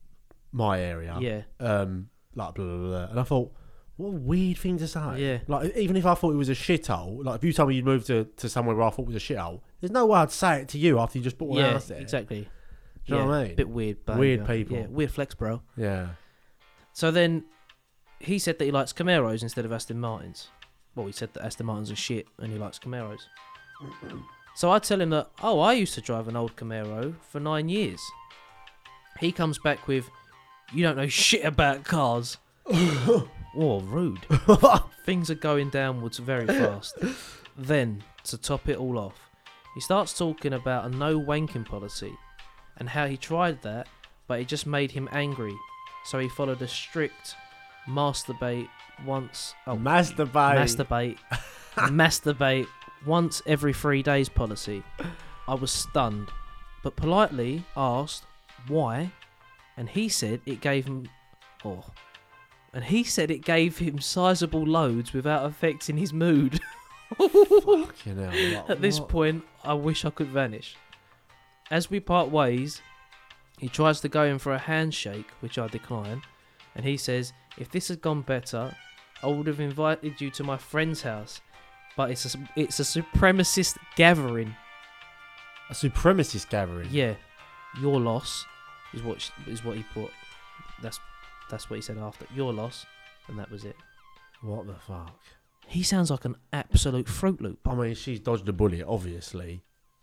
my area. yeah, Um, like blah, blah blah, blah. and I thought, what a weird thing to say. Yeah. Like even if I thought it was a shithole, like if you told me you'd moved to, to somewhere where I thought was a shithole, there's no way I'd say it to you after you just bought a yeah. house there. Exactly. Do you know yeah. what I mean? Bit weird, but Weird people. Yeah, weird flex, bro. Yeah. So then he said that he likes Camaros instead of Aston Martins. Well, he said that Aston Martins are shit and he likes Camaros. So I tell him that, oh, I used to drive an old Camaro for nine years. He comes back with, you don't know shit about cars. Whoa, rude. Things are going downwards very fast. then, to top it all off, he starts talking about a no wanking policy and how he tried that, but it just made him angry so he followed a strict masturbate once oh, masturbate. masturbate masturbate once every three days policy. I was stunned, but politely asked why, and he said it gave him oh and he said it gave him sizable loads without affecting his mood. Fucking hell, like, At this what? point, I wish I could vanish. As we part ways, he tries to go in for a handshake, which I decline, and he says, If this had gone better, I would have invited you to my friend's house, but it's a, it's a supremacist gathering. a supremacist gathering. Yeah, your loss is what, sh- is what he put. That's, that's what he said after. Your loss, and that was it. What the fuck? He sounds like an absolute Fruit Loop. I mean, she's dodged a bullet, obviously.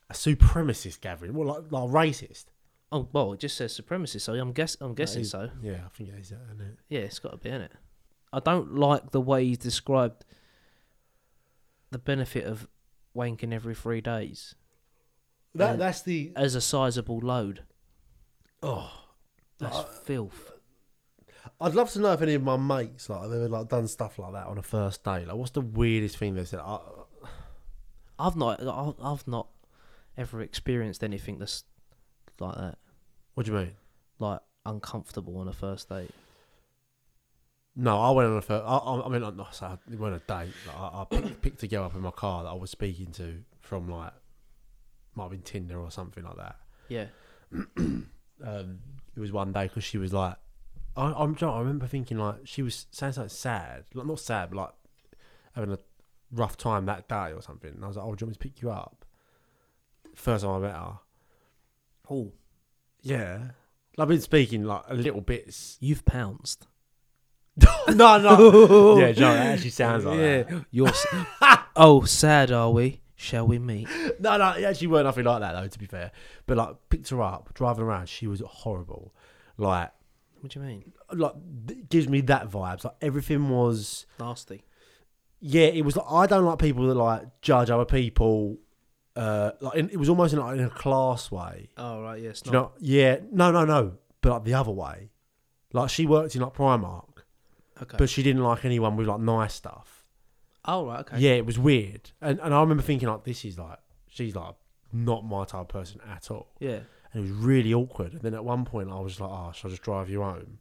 A supremacist gathering. Well, like, like racist. Oh, well, it just says supremacist, so I'm, guess- I'm guessing is- so. Yeah, I think it is that, isn't it? Yeah, it's got to be in it. I don't like the way he's described the benefit of wanking every three days That, Yeah. That's the. as a sizable load. Oh, That's filth. I'd love to know if any of my mates like have ever like done stuff like that on a first date. Like, what's the weirdest thing they said? I, I've not, I- I've not ever experienced anything that's like that, what do you mean? like uncomfortable on a first date. No, I went on a first. I, I I mean, I'm not saying it went on a date. Like, I, I picked, picked a girl up in my car that I was speaking to from like, might have been Tinder or something like that. Yeah, um, it was one day because she was like, I, I'm trying. I remember thinking like she was sounds like sad, like not sad, but like having a rough time that day or something. And I was like, oh, do you want me to pick you up? First time I met her. Oh, yeah. Like, I've been speaking like a little bits. you've pounced. no, no. yeah, Joe, that actually sounds like yeah, that. you're. s- oh, sad are we? Shall we meet? No, no, it actually weren't nothing like that though. To be fair, but like picked her up, driving around, she was horrible. Like, What do you mean? like th- gives me that vibes. Like everything was. Nasty. yeah, it was like I don't like people that like judge other people. Uh, like in, it was almost in, like, in a class way. Oh right, yes. Do you know? Yeah, no, no, no. But like the other way, like she worked in like Primark, okay. but she didn't like anyone with like nice stuff. Oh right, okay. Yeah, it was weird. And and I remember thinking like this is like she's like not my type of person at all. Yeah. And it was really awkward. And then at one point I was like, Oh, shall I just drive you home?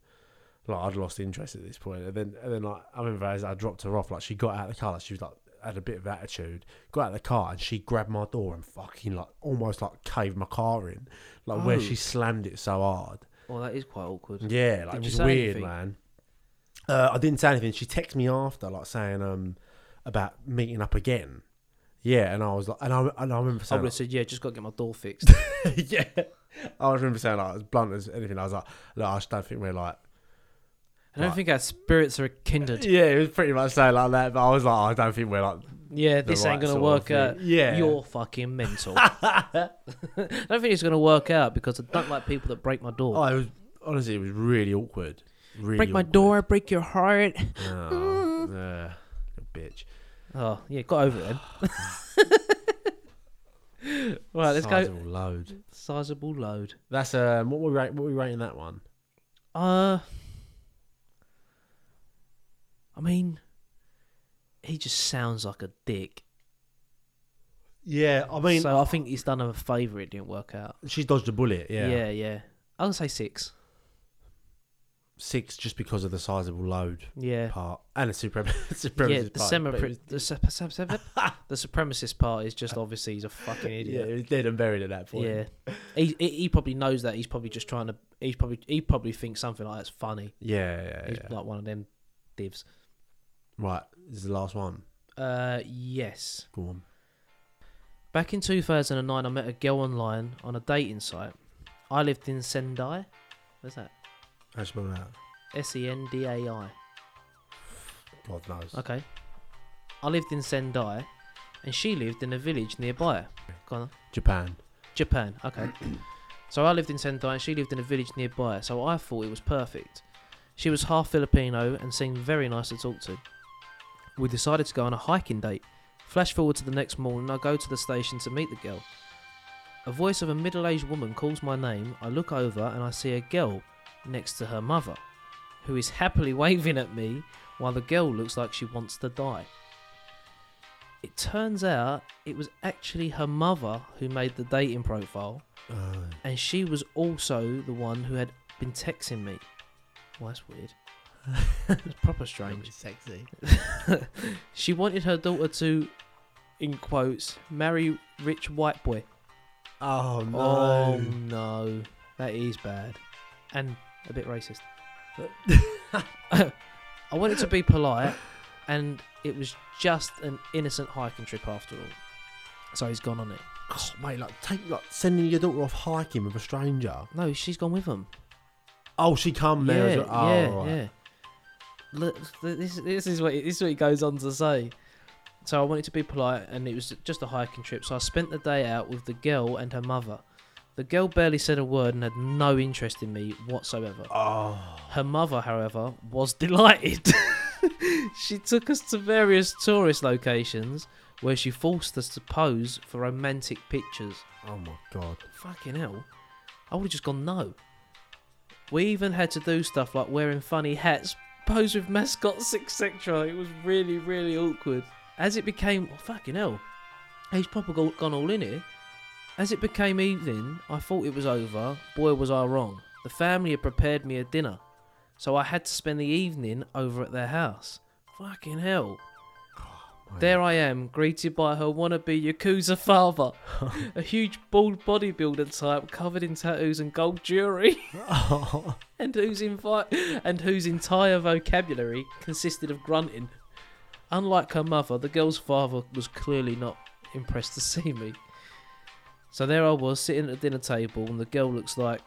Like I'd lost interest at this point. And then and then like I remember as I dropped her off, like she got out of the car, like she was like had a bit of attitude, got out of the car and she grabbed my door and fucking like almost like caved my car in. Like where Oh. she slammed it so hard. Well, that is quite awkward. Yeah, like, Did it you was say weird, anything? man. Uh, I didn't say anything. She texted me after, like saying um about meeting up again. Yeah, and I was like, and I, and I remember I saying, would have like, said, yeah, just got to get my door fixed. yeah, I remember saying like as blunt as anything. I was like, look, I just don't think we're like, I don't Right. think our spirits are kindred. yeah, it was pretty much saying like that. But I was like, I don't think we're like, Yeah, the this right ain't gonna sort work of out. thing. Yeah. You're fucking mental. I don't think it's gonna work out because I don't like people that break my door. oh, it was honestly, it was really awkward. Really break my awkward. door, break your heart. Oh, yeah, little bitch. Oh yeah, got over it. Then. right, let's go. Sizable Load. Sizable load. That's um, what we rate. What we rating that one? Uh, I mean, he just sounds like a dick. Yeah, I mean, so I think he's done him a favour. It didn't work out. she dodged a bullet. Yeah, yeah. I would say six. six just because of the sizable load Yeah. part and the super Yeah, supremacist the, part. semipre- But it the, was- se- se- se- the supremacist part is just obviously he's a fucking yeah, idiot. it was dead and buried at that point. Yeah, he, he he probably knows that. He's probably just trying to. He's probably he probably thinks something like that's funny. yeah, yeah. he's yeah. like one of them divs. Right, this is the last one. Uh, yes. Go on. Back in 2009, I met a girl online on a dating site. I lived in Sendai. What's that? How spell that? S E N D A I. God knows. Okay. I lived in Sendai, and she lived in a village nearby. Go on. Japan. Japan. Okay. so I lived in Sendai, and she lived in a village nearby. So I thought it was perfect. She was half Filipino and seemed very nice to talk to. We decided to go on a hiking date. Flash forward to the next morning, I go to the station to meet the girl. A voice of a middle aged woman calls my name. I look over and I see a girl next to her mother, who is happily waving at me while the girl looks like she wants to die. It turns out it was actually her mother who made the dating profile, Uh, and she was also the one who had been texting me. Well, that's weird. it's proper strange. sexy. She wanted her daughter to, in quotes, marry rich white boy. Oh no. Oh no, that is bad, and a bit racist. I wanted to be polite, and it was just an innocent hiking trip after all. So he's gone on it. God, mate, like take like sending your daughter off hiking with a stranger. No, she's gone with him. Oh, she come there. as yeah, well. Oh, yeah, right. yeah. Look, th- this this is what this is what he goes on to say. So I wanted to be polite, and it was just a hiking trip. So I spent the day out with the girl and her mother. The girl barely said a word and had no interest in me whatsoever. Oh, Her mother, however, was delighted. she took us to various tourist locations where she forced us to pose for romantic pictures. oh my god. Fucking hell. I would have just gone no. We even had to do stuff like wearing funny hats, pose with mascots, etc. It was really, really awkward. As it became. Oh, fucking hell. He's probably go- gone all in here. As it became evening, I thought it was over. Boy, was I wrong. The family had prepared me a dinner, so I had to spend the evening over at their house. Fucking hell. Mate. There I am, greeted by her wannabe Yakuza father, a huge bald bodybuilder type covered in tattoos and gold jewelry, and whose invite and whose entire vocabulary consisted of grunting. Unlike her mother, the girl's father was clearly not impressed to see me. So there I was sitting at the dinner table, and the girl looks like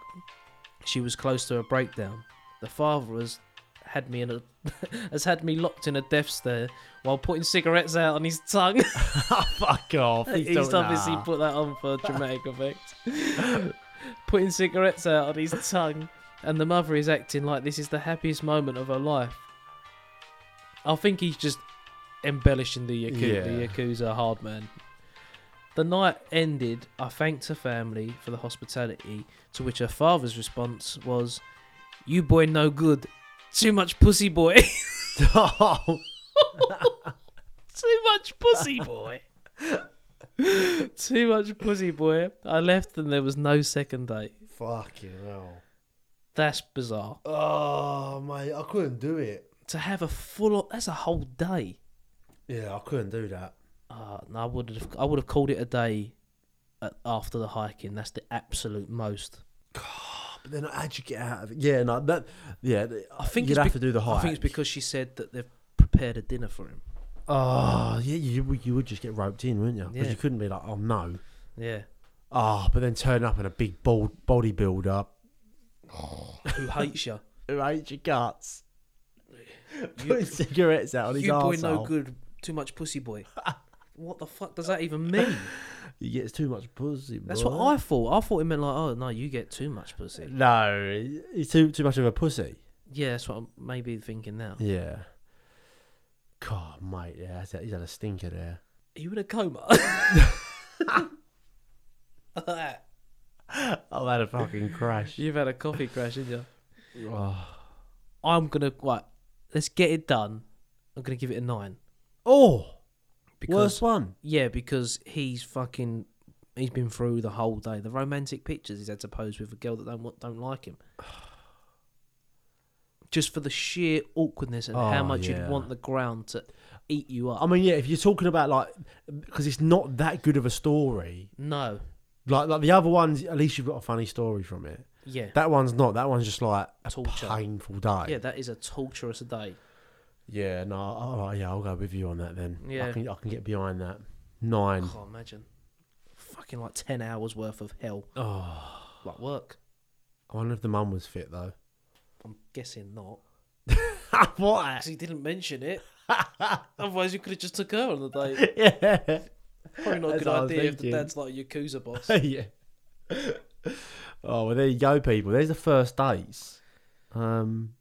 she was close to a breakdown. The father has had me in a has had me locked in a death stare while putting cigarettes out on his tongue. Fuck off. He's, He's done- obviously nah. put that on for dramatic effect. Putting cigarettes out on his tongue, and the mother is acting like this is the happiest moment of her life. I think he's just embellishing the, Yaku- Yeah. the Yakuza hard man. The night ended. I thanked her family for the hospitality, to which her father's response was, You boy, no Oh. good. Too much pussy boy. Too much pussy boy. Too much pussy boy. I left and there was no second date. Fucking hell. That's bizarre. Oh, mate, I couldn't do it. To have a full that's a whole day. Yeah, I couldn't do that. Uh, no, I would have I would have called it a day at, after the hiking. That's the absolute most. But then how'd you get out of it? Yeah, no, that. Yeah, I think you'd it's have bec- to do the hike. I think it's because she said that they've prepared a dinner for him. Oh, yeah, you would- you would just get roped in, wouldn't you? Because Yeah. you couldn't be like, oh no. Yeah, Oh, but then turn up in a big bald bodybuilder. who hates you? Who hates your guts? You- Putting cigarettes out on his you boy, no arsehole. good. Too much pussy boy. what the fuck does that even mean? He gets too much pussy. That's boy. what I thought. I thought it meant like, oh no, you get too much pussy. No, he's too too much of a pussy. Yeah, that's what I'm maybe thinking now. Yeah. God, mate, yeah, that's- he's had a stinker there. Are you in a coma? Like that. I've had a fucking crash. You've had a coffee crash, haven't you? oh. I'm gonna right. Let's get it done. I'm gonna give it a nine oh, because worst one. yeah, because he's fucking. He's been through the whole day. The romantic pictures he's had to pose with a girl that don't want, don't like him. Just for the sheer awkwardness and how Oh, much yeah. you'd want the ground to eat you up. I mean, yeah, if you're talking about like, because it's not that good of a story. no, Like, like the other ones, at least you've got a funny story from it. yeah, That one's not. That one's just like a Torture. painful day. yeah, that is a torturous day. Yeah, no, all right, yeah, I'll go with you on that then. I Yeah. can, I can get behind that. Nine. Can't imagine. Fucking like ten hours worth of hell, Oh, like work. I wonder if the mum was fit though. I'm guessing not. what? Because he didn't mention it. Otherwise, you could have just took her on the date. Yeah. Probably not a That's good what I was idea if the thinking. dad's like a Yakuza boss. yeah. Oh well, there you go, people. There's the first dates. Um,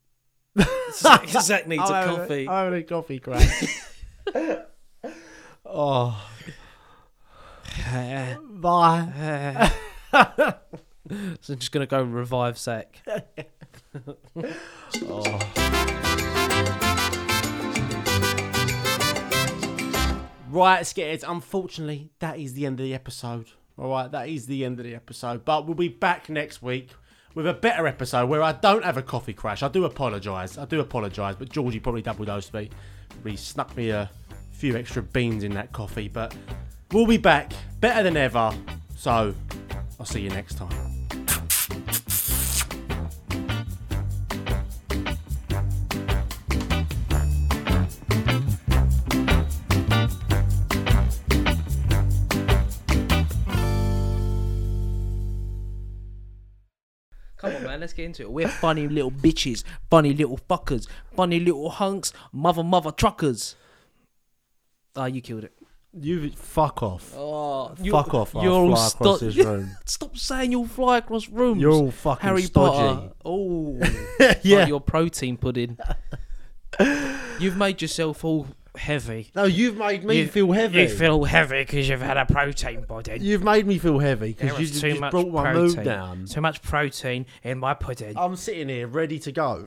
Zach, Zach needs a I'm having coffee. I'm having a coffee crash. oh, bye. so I'm just going to go revive Zach. Oh. Right, skaters, unfortunately, that is the end of the episode. All right, that is the end of the episode. But we'll be back next week with a better episode where I don't have a coffee crash. I do apologise. I do apologise, but Georgie probably double dosed me. He snuck me a few extra beans in that coffee. But we'll be back better than ever. So I'll see you next time. Come on, man, let's get into it. We're funny little bitches, funny little fuckers, funny little hunks, mother, mother truckers. Ah, you killed it. You fuck off. Oh, fuck off. I'll You're all fly across sto- this room. Stop saying you'll fly across rooms. You're all fucking Harry stodgy. Potter. Oh, Yeah. like your protein pudding. You've made yourself all heavy. No, you've made me feel heavy. You feel heavy because you've had a protein pudding. You've made me feel heavy There because you was just, too just much brought my protein. mood down. Too much protein in my pudding. I'm sitting here ready to go.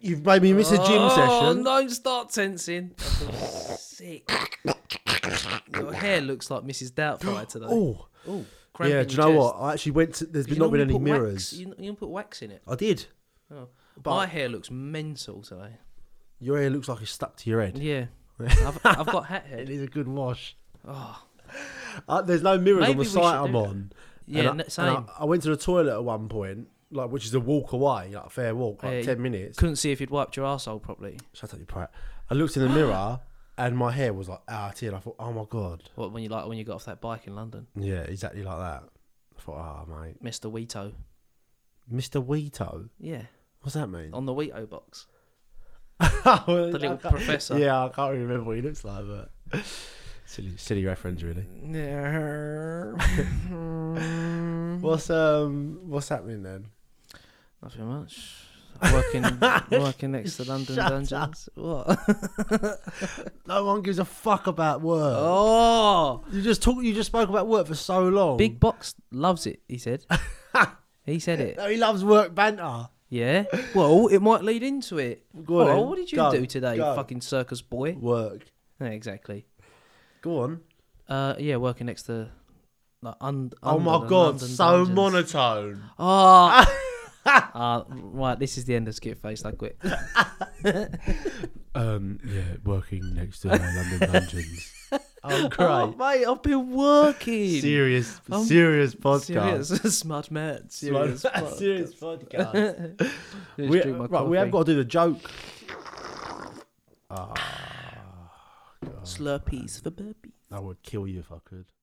You've made me miss a gym Oh, session. don't start tensing. I feel sick. Your hair looks like Mrs. Doubtfire today. Oh, Ooh, cramp yeah. in Do you your know chest. what? I actually went. To, there's You been not been normally put any wax- mirrors. you, you put wax in it. I did. Oh. But- My hair looks mental today. Your hair looks like it's stuck to your head. Yeah. I've, I've got hat hair. It is a good wash. Oh. Uh, there's no mirrors Maybe on we the should site I'm do on. Yeah, and I, n- same. and I, I went to the toilet at one point, like which is a walk away, like a fair walk, like Yeah, you ten minutes. Couldn't see if you'd wiped your arsehole properly. Shut up, you prat. I looked in the mirror and my hair was like out here, and I thought, oh my god, What when you like when you got off that bike in London, yeah, exactly like that. I thought, ah, mate, Mister Weeto? Mr. Weeto, Yeah, what's that mean? on the Weeto box, the the little professor. Yeah, I can't remember what he looks like, but silly, silly reference, really. Mm-hmm. What's um, what's happening then? Nothing much. Working, working next to London Shut Dungeons. What? No one gives a fuck about work. Oh, You just talk. You just spoke about work for so long. Big Box loves it. He said. he said it. No, he loves work banter. Yeah. Well, it might lead into it. Go on well, then. what did you Go. do today, you Go. fucking circus boy? Work. Yeah, exactly. Go on. Uh, yeah, working next to. Like, un- Oh under my the god, London so dungeons. monotone. Oh. uh, right, this is the end of Skip Face. I quit. Um, yeah, working next to London Dungeons. Oh, great. Oh, mate, I've been working. serious, I'm serious podcast. Oh, Serious, smart man. Serious, Serious, podcast. serious podcast. Just we, drink my right, we have coffee. got to do the joke. Slurpees for burpees. I would kill you if I could.